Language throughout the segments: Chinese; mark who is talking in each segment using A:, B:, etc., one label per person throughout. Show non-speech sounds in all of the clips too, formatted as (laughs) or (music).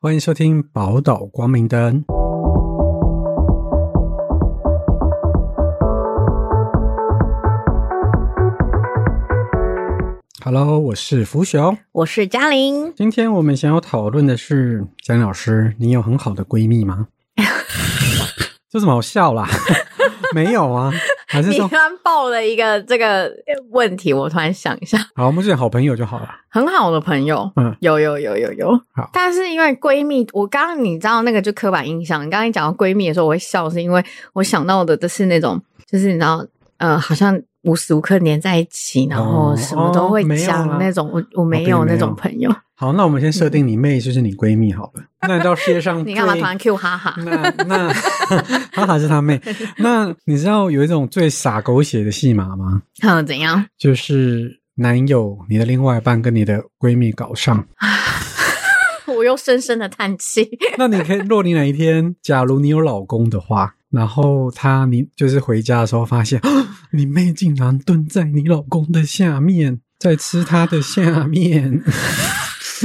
A: 欢迎收听《宝岛光明灯》。Hello，我是福雄。
B: 我是嘉玲，
A: 今天我们想要讨论的是，蒋老师，你有很好的闺蜜吗？这怎么好笑啦？ (laughs) 没有啊，还是
B: 你
A: 说
B: 突然爆了一个这个问题，我突然想一下，
A: 好，我们是好朋友就好了。
B: 很好的朋友，
A: 嗯，
B: 有有有有有
A: 好，
B: 但是因为闺蜜，我刚刚你知道那个就刻板印象，你刚刚讲到闺蜜的时候，我会笑，是因为我想到的都是那种，就是你知道，呃，好像无时无刻黏在一起，然后什么都会
A: 哦没有啦哦
B: 讲那种，我我没
A: 并
B: 有
A: 没有
B: 那种朋友， (laughs)
A: 好，那我们先设定你妹就是你闺蜜好了。嗯那你到世界上
B: (laughs) 你干嘛
A: 最
B: 突然 Q 哈哈？
A: 那
B: (laughs)
A: 那哈哈是他妹。那你知道有一种最傻狗血的戏码吗？
B: 嗯，怎样？ (laughs)
A: 就是男友、你的另外一半跟你的闺蜜搞上。
B: 我又深深的叹气， (laughs)
A: 那你可以，若你哪一天，假如你有老公的话，然后他你就是回家的时候发现，啊你妹竟然蹲在你老公的下面，在吃他的下面，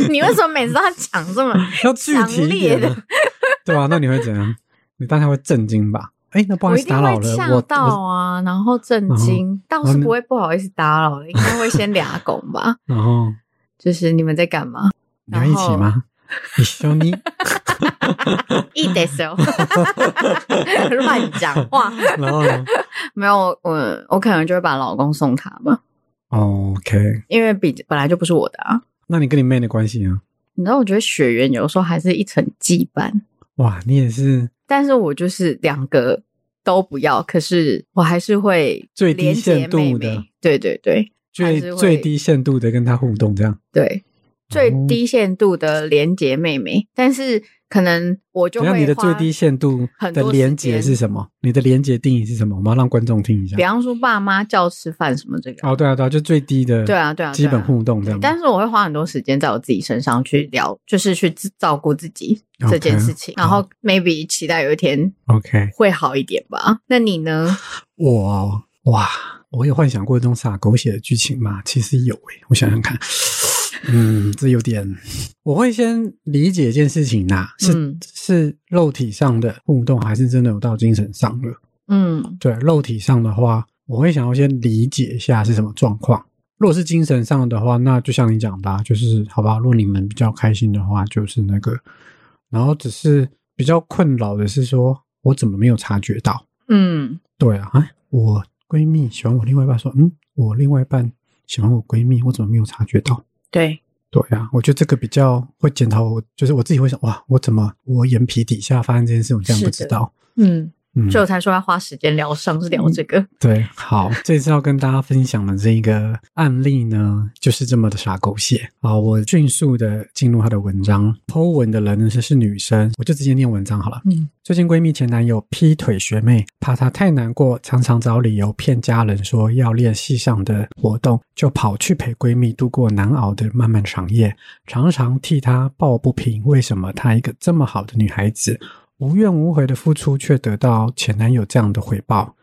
B: 你为什么每次都要讲这么？
A: (laughs) 要具体一点、
B: 强烈
A: 啊， (laughs) 对吧、那你会怎样？你当然会震惊吧？哎，那不好
B: 我
A: 意
B: 一
A: 思
B: 定
A: 打扰
B: 会
A: 了，
B: 吓
A: 我
B: 到
A: 我
B: 啊，然后震惊，倒
A: 然
B: 是
A: 后
B: 不会不好意思打扰了，应该会先俩拱吧。
A: (laughs) 然后
B: 就是你们在干嘛？
A: 你要一起
B: (laughs)
A: 吗？一緒に
B: 一得手， (laughs)
A: (laughs)
B: 乱讲话。
A: 然后呢
B: 没有，我我可能就会把老公送他吧，
A: ？OK，
B: 因为比本来就不是我的啊。
A: 那你跟你妹的关系呢？
B: 你知道，我觉得血缘有时候还是一层羁绊，
A: 哇，你也是
B: 但是我就是两个都不要，可是我还是会
A: 最低
B: 连结
A: 限度
B: 妹
A: 的
B: 妹对对对
A: 最
B: 还是会
A: 最低限度的跟她互动，这样。
B: 对，最低限度的连结妹妹，但是可能我就
A: 等一下
B: 会
A: 你的
B: 花
A: 最低限度
B: 很
A: 的
B: 多
A: 连
B: 时
A: 结
B: 间
A: 是什么？你的连结定义是什么？我们要让观众听一下
B: 比。方说爸妈叫吃饭什么这个，
A: 哦，对啊，对啊，就最低的，
B: 对啊对啊对啊
A: 基本互动这样。
B: 但是我会花很多时间在我自己身上去聊，就是去自照顾自己
A: OK，
B: 这件事情然后 maybe 期待有一天
A: OK，
B: 会好一点吧。那你呢？
A: 我哇，我有幻想过这种傻狗血的剧情吗？其实有诶、我想想看，嗯，这有点，我会先理解一件事情呐、是、
B: 嗯
A: 是肉体上的互动，还是真的有到精神上了？
B: 嗯
A: 对，肉体上的话，我会想要先理解一下是什么状况。如果是精神上的话，那就像你讲的、啊，就是好吧，如果你们比较开心的话，就是那个，然后只是比较困扰的是说，我怎么没有察觉到？
B: 嗯，
A: 对啊，哎，我闺蜜喜欢我另外一半，说，嗯，我另外一半喜欢我闺蜜，我怎么没有察觉到？
B: 对，
A: 对啊，我觉得这个比较会检讨我，就是我自己会想，哇，我怎么我眼皮底下发生这件事，我竟然不
B: 是
A: 知
B: 的
A: 道？
B: 嗯，
A: 嗯，
B: 所以我才说要花时间疗伤，是聊这个。
A: 对，好，这次要跟大家分享的这一个案例呢，就是这么的傻狗血啊！我迅速的进入她的文章，Po 文的人呢是是女生，我就直接念文章好了。
B: 嗯
A: 最近闺蜜前男友劈腿学妹，怕她太难过，常常找理由骗家人说要练系上的活动，就跑去陪闺蜜度过难熬的漫漫长夜，常常替她抱不平，为什么她一个这么好的女孩子，无怨无悔的付出却得到前男友这样的回报。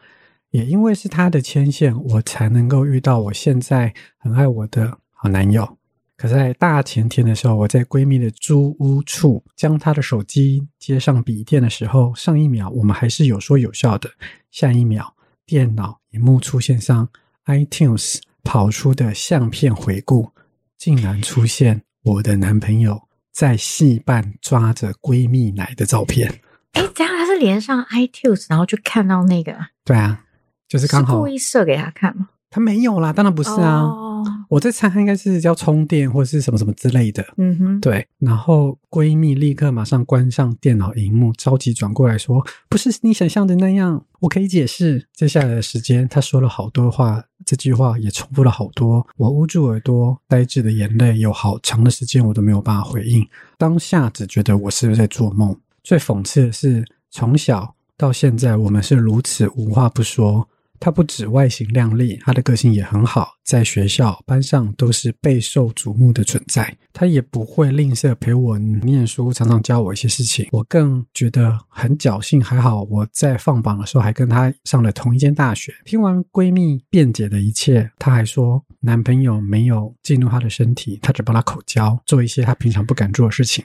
A: 也因为是她的牵线，我才能够遇到我现在很爱我的好男友。可是在大前天的时候，我在闺蜜的租屋处将她的手机接上笔电的时候，上一秒我们还是有说有笑的，下一秒电脑荧幕出现上 iTunes 跑出的相片回顾，竟然出现我的男朋友在戏伴抓着闺蜜奶的照片。
B: 哎、这样他是连上 iTunes，然后就看到那个，
A: 对啊，就是刚好
B: 故意射给他看吗？
A: 他没有啦，当然不是啊。
B: 哦
A: 我在猜，他应该是要充电或者是什么什么之类的。
B: 嗯哼，
A: 对，然后闺蜜立刻马上关上电脑荧幕，着急转过来说：“不是你想象的那样，我可以解释。”接下来的时间，她说了好多话，这句话也重复了好多。我捂住耳朵，呆滞的眼泪有好长的时间我都没有办法回应，当下只觉得我是不是在做梦。最讽刺的是，从小到现在，我们是如此无话不说。她不止外形靓丽，她的个性也很好，在学校、班上都是备受瞩目的存在。他也不会吝啬陪我念书，常常教我一些事情。我更觉得很侥幸，还好我在放榜的时候还跟他上了同一间大学。听完闺蜜辩解的一切，她还说男朋友没有进入她的身体，她只帮她口交，做一些她平常不敢做的事情。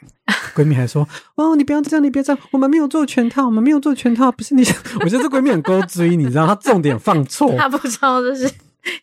A: 闺蜜还说：“哦，你不要这样，你别这样，我们没有做全套，我们没有做全套，不是
B: (laughs)
A: 你。”我觉得这闺蜜很勾追，你知道，她重点放错，
B: (laughs) 他不知道
A: (laughs)
B: 这是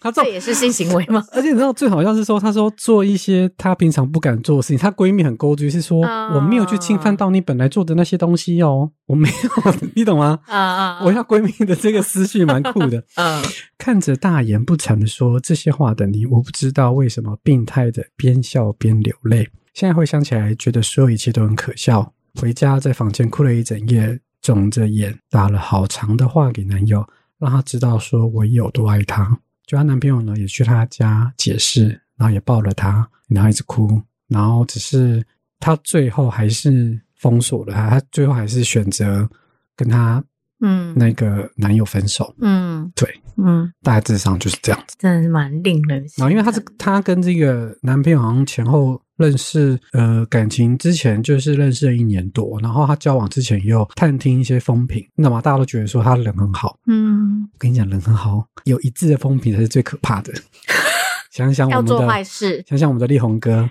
A: 她重
B: 这也是性行为吗？
A: 而且你知道最好笑是说，她说做一些她平常不敢做的事情，她闺蜜很勾追，是说、
B: 啊
A: 我没有去侵犯到你本来做的那些东西哦，我没有， (laughs) 你懂吗？
B: (laughs) 啊啊！
A: 我要闺蜜的这个思绪蛮酷 (laughs) 的。
B: 嗯，
A: 看着大言不惭的说这些话的你，我不知道为什么病态的边笑边流泪。现在回想起来，觉得所有一切都很可笑。回家在房间哭了一整夜，肿着眼打了好长的话给男友，让他知道说我有多爱他。就她男朋友呢，也去她家解释，然后也抱了她，然后一直哭，然后只是她最后还是封锁了她，她最后还是选择跟她
B: 嗯
A: 那个男友分手。
B: 嗯
A: 对，
B: 嗯，
A: 大致上就是这样子。
B: 真的是蛮令人心
A: 然
B: 疼。
A: 后因为她是她跟这个男朋友好像前后认识，呃，感情之前就是认识了一年多，然后她交往之前也有探听一些风评，那么大家都觉得说她人很好。
B: 嗯，
A: 我跟你讲，人很好，有一致的风评才是最可怕
B: (laughs)
A: 的。想想我
B: 要
A: 们
B: 做坏
A: 的，
B: 事。
A: 想想我们的力宏
B: (laughs)
A: 哥，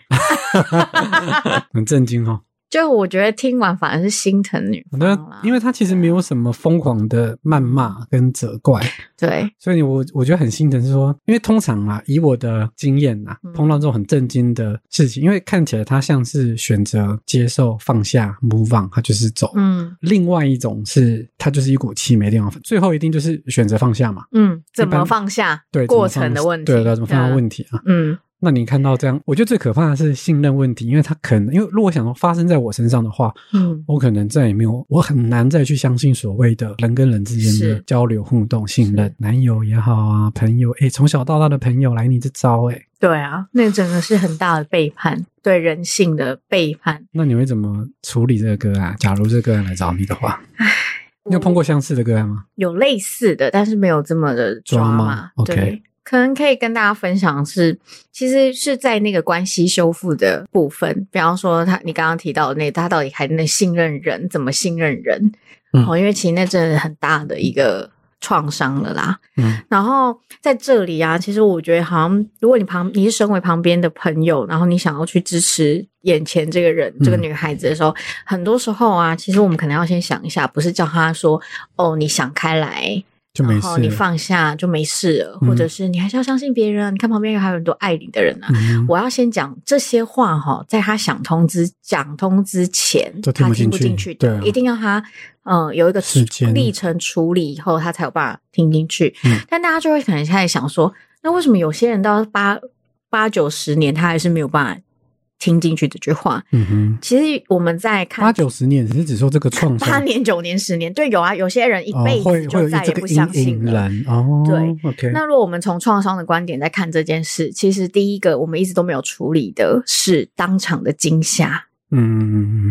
A: 很震惊哦。
B: 就我觉得听完反而是心疼女方
A: 那
B: 啦啊
A: 因为他其实没有什么疯狂的谩骂跟责怪，
B: 对，
A: 所以我我觉得很心疼，是说，因为通常啊，以我的经验啊
B: 嗯，
A: 碰到这种很震惊的事情，因为看起来他像是选择接受、放下、move on，他就是走；
B: 嗯
A: 另外一种是他就是一股气没地方放，最后一定就是选择放下嘛。
B: 嗯，怎
A: 一
B: 么
A: 般
B: 放下？
A: 对，
B: 过
A: 怎么放
B: 程的问题，
A: 对对，怎么放下问题啊？
B: 嗯
A: 那你看到这样，我觉得最可怕的是信任问题，因为他可能，因为如果想要发生在我身上的话，
B: 嗯
A: 我可能再也没有，我很难再去相信所谓的人跟人之间的
B: 是
A: 交流、互动、信任
B: 是，
A: 男友也好啊，朋友，诶，从小到大的朋友来你这招，诶，
B: 对啊，那整个是很大的背叛，对人性的背叛。
A: 那你会怎么处理这个个案？假如这个个案来找你的话，你有碰过相似的个案吗？
B: 有类似的，但是没有这么的抓嘛
A: Drama，
B: 对
A: OK
B: 可能可以跟大家分享的是，其实是在那个关系修复的部分，比方说他你刚刚提到的那他到底还能信任人，怎么信任人？
A: 嗯
B: 哦，因为其实那真的很大的一个创伤了啦。
A: 嗯
B: 然后在这里啊，其实我觉得好像，如果你旁你是身为旁边的朋友，然后你想要去支持眼前这个人、
A: 嗯
B: 这个女孩子的时候，很多时候啊，其实我们可能要先想一下，不是叫她说哦，你想开来，
A: 就没
B: 然
A: 事
B: 后哦你
A: 了。
B: 放下就没事了，
A: 嗯
B: 或者是你还是要相信别人啊，你看旁边还有很多爱你的人啊。
A: 嗯，
B: 我要先讲这些话哈，在他想通之讲通之前，
A: 都听
B: 他
A: 不进
B: 听不
A: 去
B: 进去的，
A: 对啊
B: 一定要他嗯、呃有一个
A: 时间
B: 历程处理以后，他才有办法听进去。
A: 嗯
B: 但大家就会可能开始想说，那为什么有些人到八八九十年，他还是没有办法听进去这句话？
A: 嗯哼，
B: 其实我们在看
A: 八九十年，只是只说这个创
B: 八
A: 伤，
B: 年、九年、十年，对，有啊，有些人一
A: 哦
B: 辈，子
A: 会会有
B: 就再
A: 这
B: 也
A: 个
B: 不
A: 阴
B: 相信
A: 影
B: 了。
A: 人哦。
B: 对
A: ，OK，
B: 那如果我们从创伤的观点在看这件事，其实第一个我们一直都没有处理的是当场的惊吓，
A: 嗯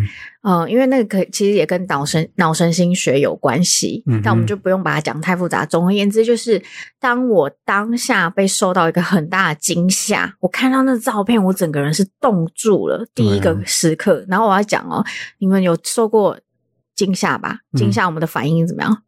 A: 嗯
B: 嗯，因为那个可其实也跟脑神脑神经学有关系，
A: 嗯哼
B: 但我们就不用把它讲太复杂。总而言之，就是当我当下被受到一个很大的惊吓，我看到那照片，我整个人是冻住了。第一个
A: 对啊
B: 时刻，然后我要讲哦，你们有受过惊吓吧？
A: 嗯
B: 惊吓我们的反应怎么样？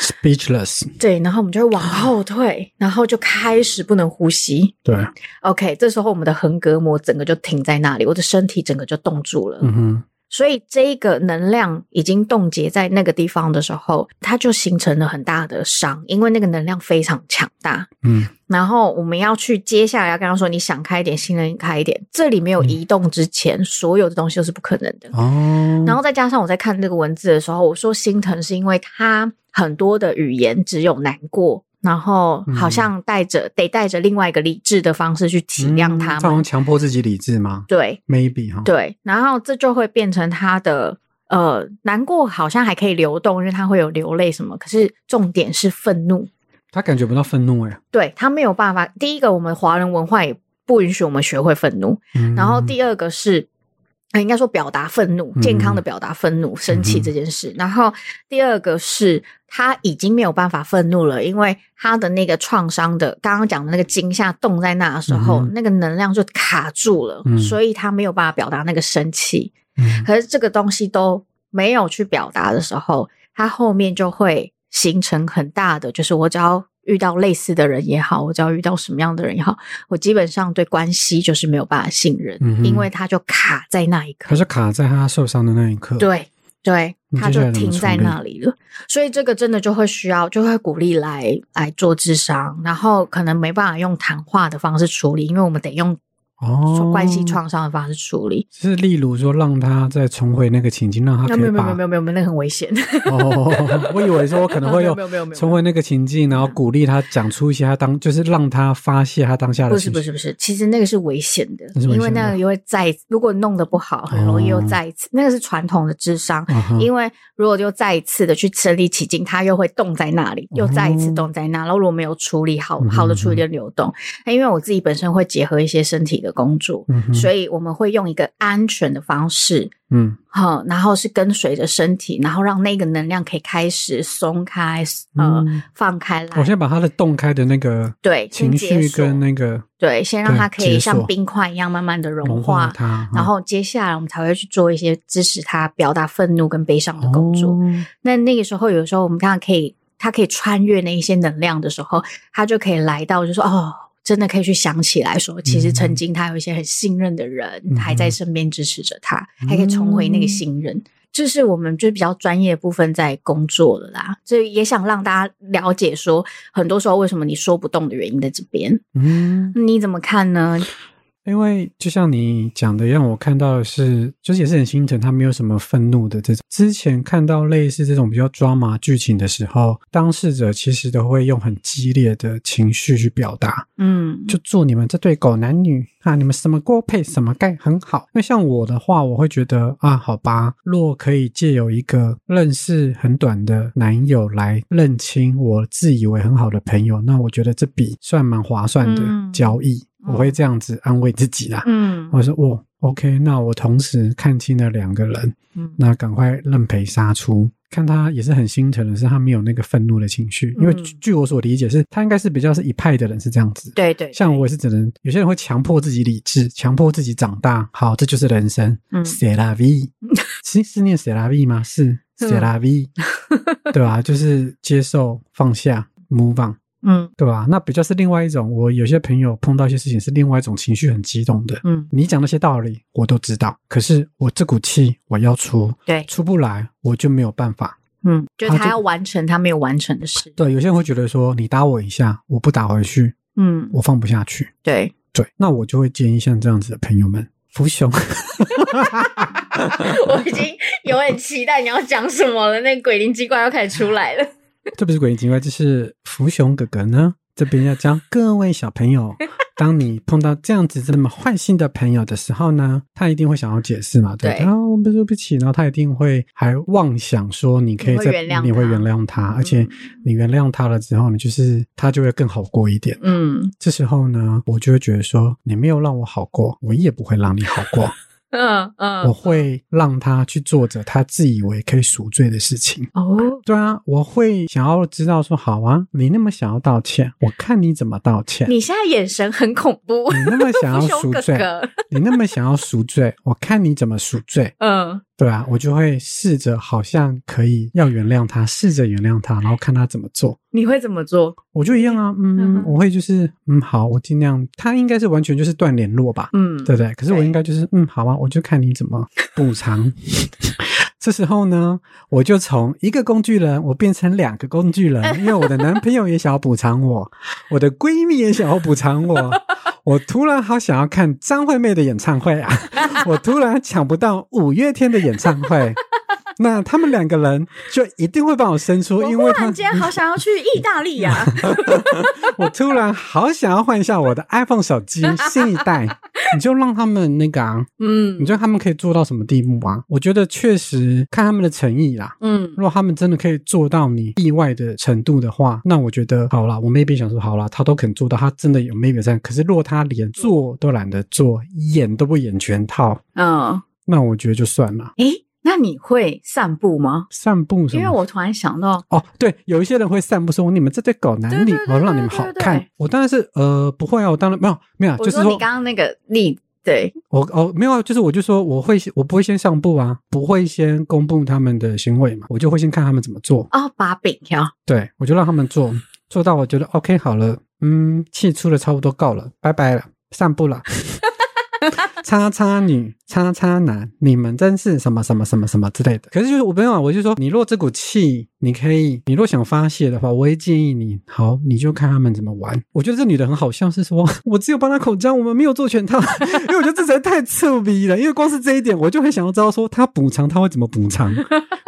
A: ，speechless，
B: 对，然后我们就会往后退，然后就开始不能呼吸。
A: 对，
B: OK，这时候我们的横膈膜整个就停在那里，我的身体整个就冻住了。
A: 嗯哼，
B: 所以这个能量已经冻结在那个地方的时候，它就形成了很大的伤，因为那个能量非常强大。
A: 嗯
B: 然后我们要去接下来要跟他说，你想开一点，信任开一点。这里没有
A: 嗯
B: 移动之前，所有的东西都是不可能的。
A: 哦，
B: 然后再加上我在看这个文字的时候，我说心疼是因为他很多的语言只有难过，然后好
A: 嗯
B: 像带着、得带着另外一个理智的方式去体谅他
A: 嗯这好像
B: 们。
A: 强迫自己理智吗
B: 对
A: ？Maybe 哈，
B: 对，然后这就会变成他的呃难过，好像还可以流动，因为他会有流泪什么。可是重点是愤怒，
A: 他感觉不到愤怒哎、
B: 对他没有办法。第一个，我们华人文化也不允许我们学会愤怒，
A: 嗯
B: 然后第二个是。呃，应该说表达愤怒，健康的表达愤怒、生
A: 嗯
B: 气这件事。然后第二个是他已经没有办法愤怒了，因为他的那个创伤的刚刚讲的那个惊吓冻在那的时候，
A: 嗯哼
B: 那个能量就卡住了，
A: 嗯
B: 所以他没有办法表达那个生气。
A: 嗯
B: 可是这个东西都没有去表达的时候，它后面就会形成很大的，就是我只要遇到类似的人也好，我只要遇到什么样的人也好，我基本上对关系就是没有办法信任，
A: 嗯哼
B: 因为他就卡在那一刻
A: 可。是卡在他受伤的那一刻，，
B: 对对，
A: 嗯你
B: 他
A: 接下
B: 就
A: 来怎么
B: 停
A: 处
B: 在
A: 理
B: 那里了。所以这个真的就会需要，就会鼓励来来做智商，然后可能没办法用谈话的方式处理，因为我们得用
A: 哦，
B: 关系创伤的方式处理。
A: 是例如说让他再重回那个情境，让他
B: 那
A: 可
B: 没
A: 以
B: 有没有没
A: 把
B: 有没有没有，那个很危险。
A: 哦， (laughs) 我以为说我可能会有
B: (laughs) 没有没有没有没有
A: 重回那个情境，然后鼓励他讲出一些他当就是让他发泄他当下的
B: 不
A: 情绪，
B: 是不是不是，其实那个是危险的，
A: 那是危
B: 因为
A: 险的
B: 那个又会再，如果弄得不好，很容易又再一次。
A: 嗯
B: 那个是传统的智商，
A: 啊哈，
B: 因为如果又再一次的去身临其境，它又会冻在那里，又再一次
A: 哦
B: 冻在那。然后如果没有处理好
A: 嗯哼
B: 好的处理的流动，那因为我自己本身会结合一些身体的工作，
A: 嗯哼
B: 所以我们会用一个安全的方式，
A: 嗯
B: 哈，然后是跟随着身体，然后让那个能量可以开始松开，呃，
A: 嗯，
B: 放开
A: 我
B: 来。
A: 先把他的洞开的那个
B: 对先
A: 情
B: 解
A: 绪
B: 锁
A: 跟那个
B: 对，先让它
A: 对
B: 可以
A: 解
B: 像
A: 锁
B: 冰块一样慢慢的
A: 融
B: 融
A: 化嗯
B: 化，
A: 它，
B: 然后接下来我们才会去做一些支持他表达愤怒跟悲伤的
A: 嗯
B: 工作。
A: 哦
B: 那那个时候，有时候我们看到可以，他可以穿越那一些能量的时候，他就可以来到，就说哦。真的可以去想起来说，其实曾经他有一些很信任的人、
A: 嗯
B: 还在身边支持着他，还可以重回那个信任。这是我们就比较专业的部分在工作了啦，所以也想让大家了解说，很多时候为什么你说不动的原因在这边。
A: 嗯，
B: 你怎么看呢？
A: 因为就像你讲的，让我看到的是，就是也是很心疼，他没有什么愤怒的这种。之前看到类似这种比较抓马剧情的时候，当事者其实都会用很激烈的情绪去表达，
B: 嗯，
A: 就祝你们这对狗男女啊，你们什么锅配什么盖很好。因为像我的话，我会觉得啊，好吧，若可以借由一个认识很短的男友来认清我自以为很好的朋友，那我觉得这笔算蛮划算的
B: 嗯
A: 交易，
B: 嗯
A: 我会这样子安慰自己啦。
B: 嗯
A: 我说哦，OK，那我同时看清了两个人，
B: 嗯
A: 那赶快认赔杀出。看他也是很心疼的是，他没有那个愤怒的情绪，因为
B: 嗯
A: 据据我所理解是，他应该是比较是一派的人是这样子。
B: 对对，
A: 像我也是只能，有些人会强迫自己理智，强迫自己长大。好，这就是人生。
B: 嗯
A: s e l a
B: (laughs)
A: v 是是念 s e l a v 吗？是 s
B: 嗯
A: e l a v
B: (laughs)
A: 对吧、就是接受、放下、move on，
B: 嗯
A: 对吧、那比较是另外一种。我有些朋友碰到一些事情是另外一种情绪很激动的。
B: 嗯，
A: 你讲那些道理我都知道，可是我这股气我要出，
B: 对，
A: 出不来我就没有办法。
B: 嗯，就
A: 他
B: 他
A: 就
B: 要完成他没有完成的事，
A: 对，有些人会觉得说，你打我一下，我不打回去，
B: 嗯，
A: 我放不下去。
B: 对， (laughs)
A: 对，那我就会建议像这样子的朋友们服熊。
B: 我已经有点期待你要讲什么了，那鬼灵机怪要开始出来了，
A: 这不是鬼影精怪，这是服熊哥哥呢。这边要教各位小朋
B: (laughs)
A: 友，当你碰到这样子这么坏心的朋友的时候呢，他一定会想要解释嘛，对不对
B: 对
A: 啊，我们对不起，然后他一定会还妄想说你可以
B: 你会
A: 再
B: 原谅
A: 你会
B: 他
A: 原谅他，而且
B: 嗯
A: 你原谅他了之后，你就是他就会更好过一点。
B: 嗯
A: 这时候呢，我就会觉得说，你没有让我好过，我也不会让你好过。
B: 嗯
A: 我
B: (laughs) 嗯，
A: 会让他去做着他自以为可以赎罪的事情。
B: 哦，
A: 对啊，我会想要知道说，好啊，你那么想要道歉，我看你怎么道歉。
B: 你现在眼神很恐怖
A: 你，那
B: (laughs)
A: 么想要
B: 不
A: 赎
B: 凶哥
A: 罪，
B: 哥，
A: 你那么想要赎罪，我看你怎么赎罪。
B: 嗯
A: 对啊，我就会试着好像可以要原谅他，试着原谅他，然后看他怎么做。
B: 你会怎么做？
A: 我就一样啊，
B: 嗯
A: 嗯，
B: 哼
A: 我会就是嗯，好，我尽量。他应该是完全就是断联络吧，
B: 嗯，
A: 对不对？可是我
B: 对
A: 应该就是嗯，好啊，我就看你怎么补
B: (laughs)
A: 偿。这时候呢，我就从一个工具人，我变成两个工具人，因为我的男朋友也想要补偿
B: (laughs)
A: 我，我的闺蜜也想要补偿我。我突然好想要看张惠妹的演唱会
B: (laughs)
A: 啊！我突然抢不到五月天的演唱会，那他们两个人就一定会帮我生出，
B: 我
A: 因
B: 忽
A: 为他
B: 然间好想要去意大利啊呀，
A: (laughs) 我突然好想要换一下我的 iPhone 手机新一代，
B: (laughs)
A: 你就让他们那个啊，
B: 嗯
A: 你觉得他们可以做到什么地步啊？我觉得确实看他们的诚意啦。
B: 嗯
A: 如果他们真的可以做到你意外的程度的话，那我觉得好啦，我 maybe 想说好啦，他都肯做到，他真的有 maybe 这样。可是如果他连做都懒得做，演都不演全套， (laughs)
B: 嗯，
A: 那我觉得就算了。
B: 诶，那你会散步吗？
A: 散步什
B: 因
A: 么？
B: 为我突然想到，
A: 哦，对，有一些人会散步说你们这对狗难理，
B: 对对对
A: 我让你们好
B: 对对对
A: 看。我当然是呃不会啊，我当然没有没有，
B: 我
A: 就是
B: 说你刚刚那个例，对，
A: 我哦没有啊，就是我就说我会我不会先上步啊，不会先公布他们的行为嘛，我就会先看他们怎么做，
B: 哦，把柄呀，
A: 对我就让他们做，做到我觉得 OK 好了，嗯，气出的差不多够了，拜拜了，散步了。叉叉女，叉叉男，你们真是什么什么什么什么之类的。可是就是我没有啊，我就说，你若这股气，你可以，你若想发泄的话，我也建议你，好，你就看他们怎么玩。我觉得这女的很好笑，是说 (laughs) 我只有帮她口交，我们没有做全套，因为我觉得这实在太刺鼻了。因为光是这一点，我就很想要知道说她补偿，她会怎么补偿。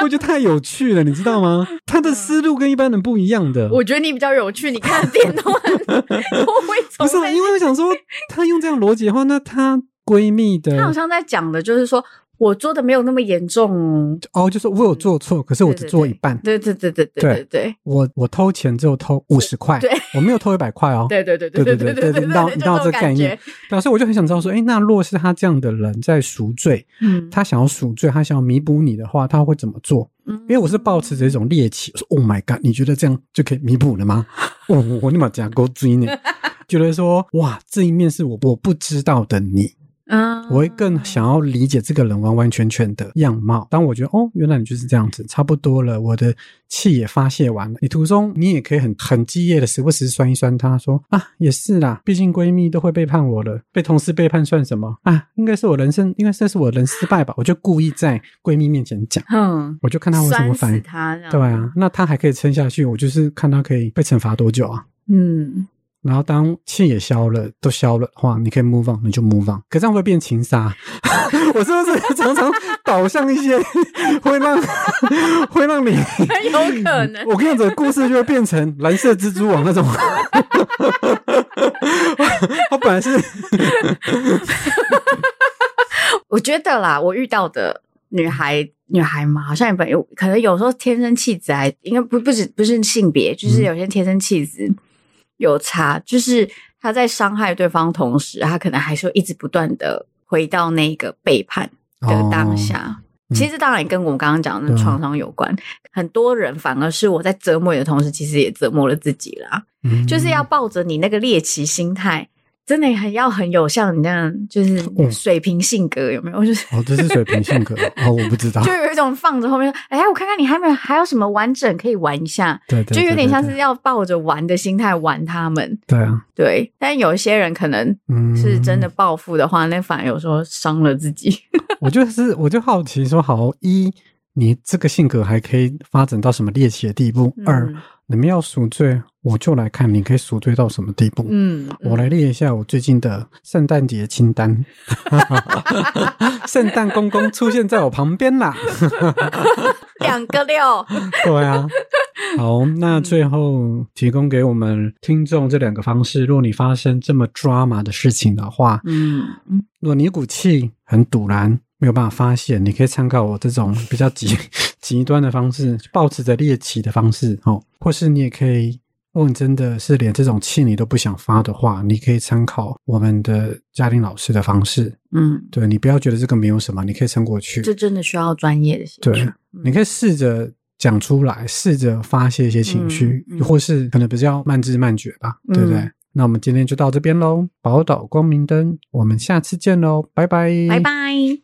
A: 我觉得太有趣了，你知道吗？她的思路跟一般人不一样的。
B: 我觉得你比较有趣，你看电动很我会从
A: 不是，啊因为我
B: (laughs)
A: 想说，她用这样逻辑的话，那她闺蜜的
B: 他好像在讲的就是说我做的没有那么严重哦，
A: 哦，就是我有做错，可是我只做一半。
B: 对对对对对对对
A: 我我偷钱只有偷五十块
B: 对，
A: 我没有偷一百块哦。
B: 对对对
A: 对
B: 对
A: 对
B: 对
A: 对对
B: 对对，
A: 你到你到这个概念，对啊，所以我就很想知道说，哎，那若是他这样的人在赎罪，
B: 嗯，
A: 他想要赎罪，他想要弥补你的话，他会怎么做？
B: 因
A: 因为我是抱持着一种猎奇，我说 Oh my God，你觉得这样就可以弥补了吗？ (laughs) 我我我立马讲勾追
B: (laughs)
A: 呢，觉得说哇，这一面是我我不知道的你，
B: 嗯，
A: 我会更想要理解这个人完完全全的样貌。当我觉得哦，原来你就是这样子，差不多了，我的气也发泄完了。你途中你也可以很很激烈的时不时酸一酸他，说啊也是啦，毕竟闺蜜都会背叛我了，被同事背叛算什么啊？应该是我人生，应该算是我人失败吧。我就故意在闺蜜面前讲，
B: 嗯，
A: 我就看她为什么
B: 酸
A: 反
B: 死嗯
A: 应。
B: 他这样，
A: 对啊，，那她还可以撑下去，我就是看她可以被惩罚多久啊。
B: 嗯，
A: 然后当气也消了，都消了的话，你可以 move on，你就 move on。可这样会变情杀， (laughs) 我是不是常常导向一
B: (laughs)
A: 些会让 (laughs) 会让你？
B: 很有可能。
A: 我跟你讲，这个故事就会变成蓝色蜘蛛网那
B: (laughs)
A: 种。他本来是
B: 我觉得啦，我遇到的女孩女孩嘛，好像也本有可能有时候天生气质还应该不不止不是性别，
A: 嗯
B: 就是有些天生气质有差，就是她在伤害对方同时，她可能还是会一直不断的回到那个背叛的当
A: 哦
B: 下。
A: 嗯
B: 其实当然也跟我们刚刚讲的
A: 对啊
B: 创伤有关，很多人反而是我在折磨你的同时，其实也折磨了自己啦。
A: 嗯
B: 就是要抱着你那个猎奇心态，真的很要很有像你那样，就是
A: 嗯
B: 水平性格有没有？ (laughs) 就是
A: 哦，这是水平性
B: (laughs)
A: 格哦，我不知道，
B: 就有一种放着后面说，哎，我看看你还没有还有什么完整可以玩一下，
A: 对对，
B: 就
A: 对
B: 有点像是
A: 对
B: 要抱着玩的心态玩他们。
A: 对啊，
B: 对，但有一些人可能
A: 嗯，
B: 是真的。报复的话，那反而有时候伤了自己。
A: 我就是我就好奇说，好一，你这个性格还可以发展到什么猎奇的地步？ (laughs)
B: 嗯
A: 二，你们要赎罪，我就来看你可以赎罪到什么地步。
B: 嗯，嗯，
A: 我来列一下我最近的圣诞节清单， (laughs) 圣诞公公出现在我旁边
B: (laughs)
A: 啦。
B: 两个
A: (laughs)
B: 六，
A: 对啊，好，那最后提供给我们听众这两个方式。若你发生这么 drama 的事情的话，
B: 嗯，
A: 如果你一股气很堵然，没有办法发泄，你可以参考我这种比较极 (laughs) 极端的方式，保持着猎奇的方式哦，或是你也可以，如果你真的是连这种气你都不想发的话，你可以参考我们的嘉玲老师的方式。
B: 嗯，
A: 对你不要觉得这个没有什么，你可以撑过去。
B: 这真的需要专业的协助
A: 对。你可以试着讲出来，试着发泄一些情绪，
B: 嗯嗯
A: 或是可能比较慢知慢觉吧，
B: 嗯
A: 对不对？那我们今天就到这边喽，宝岛光明灯，我们下次见喽，拜拜，
B: 拜拜。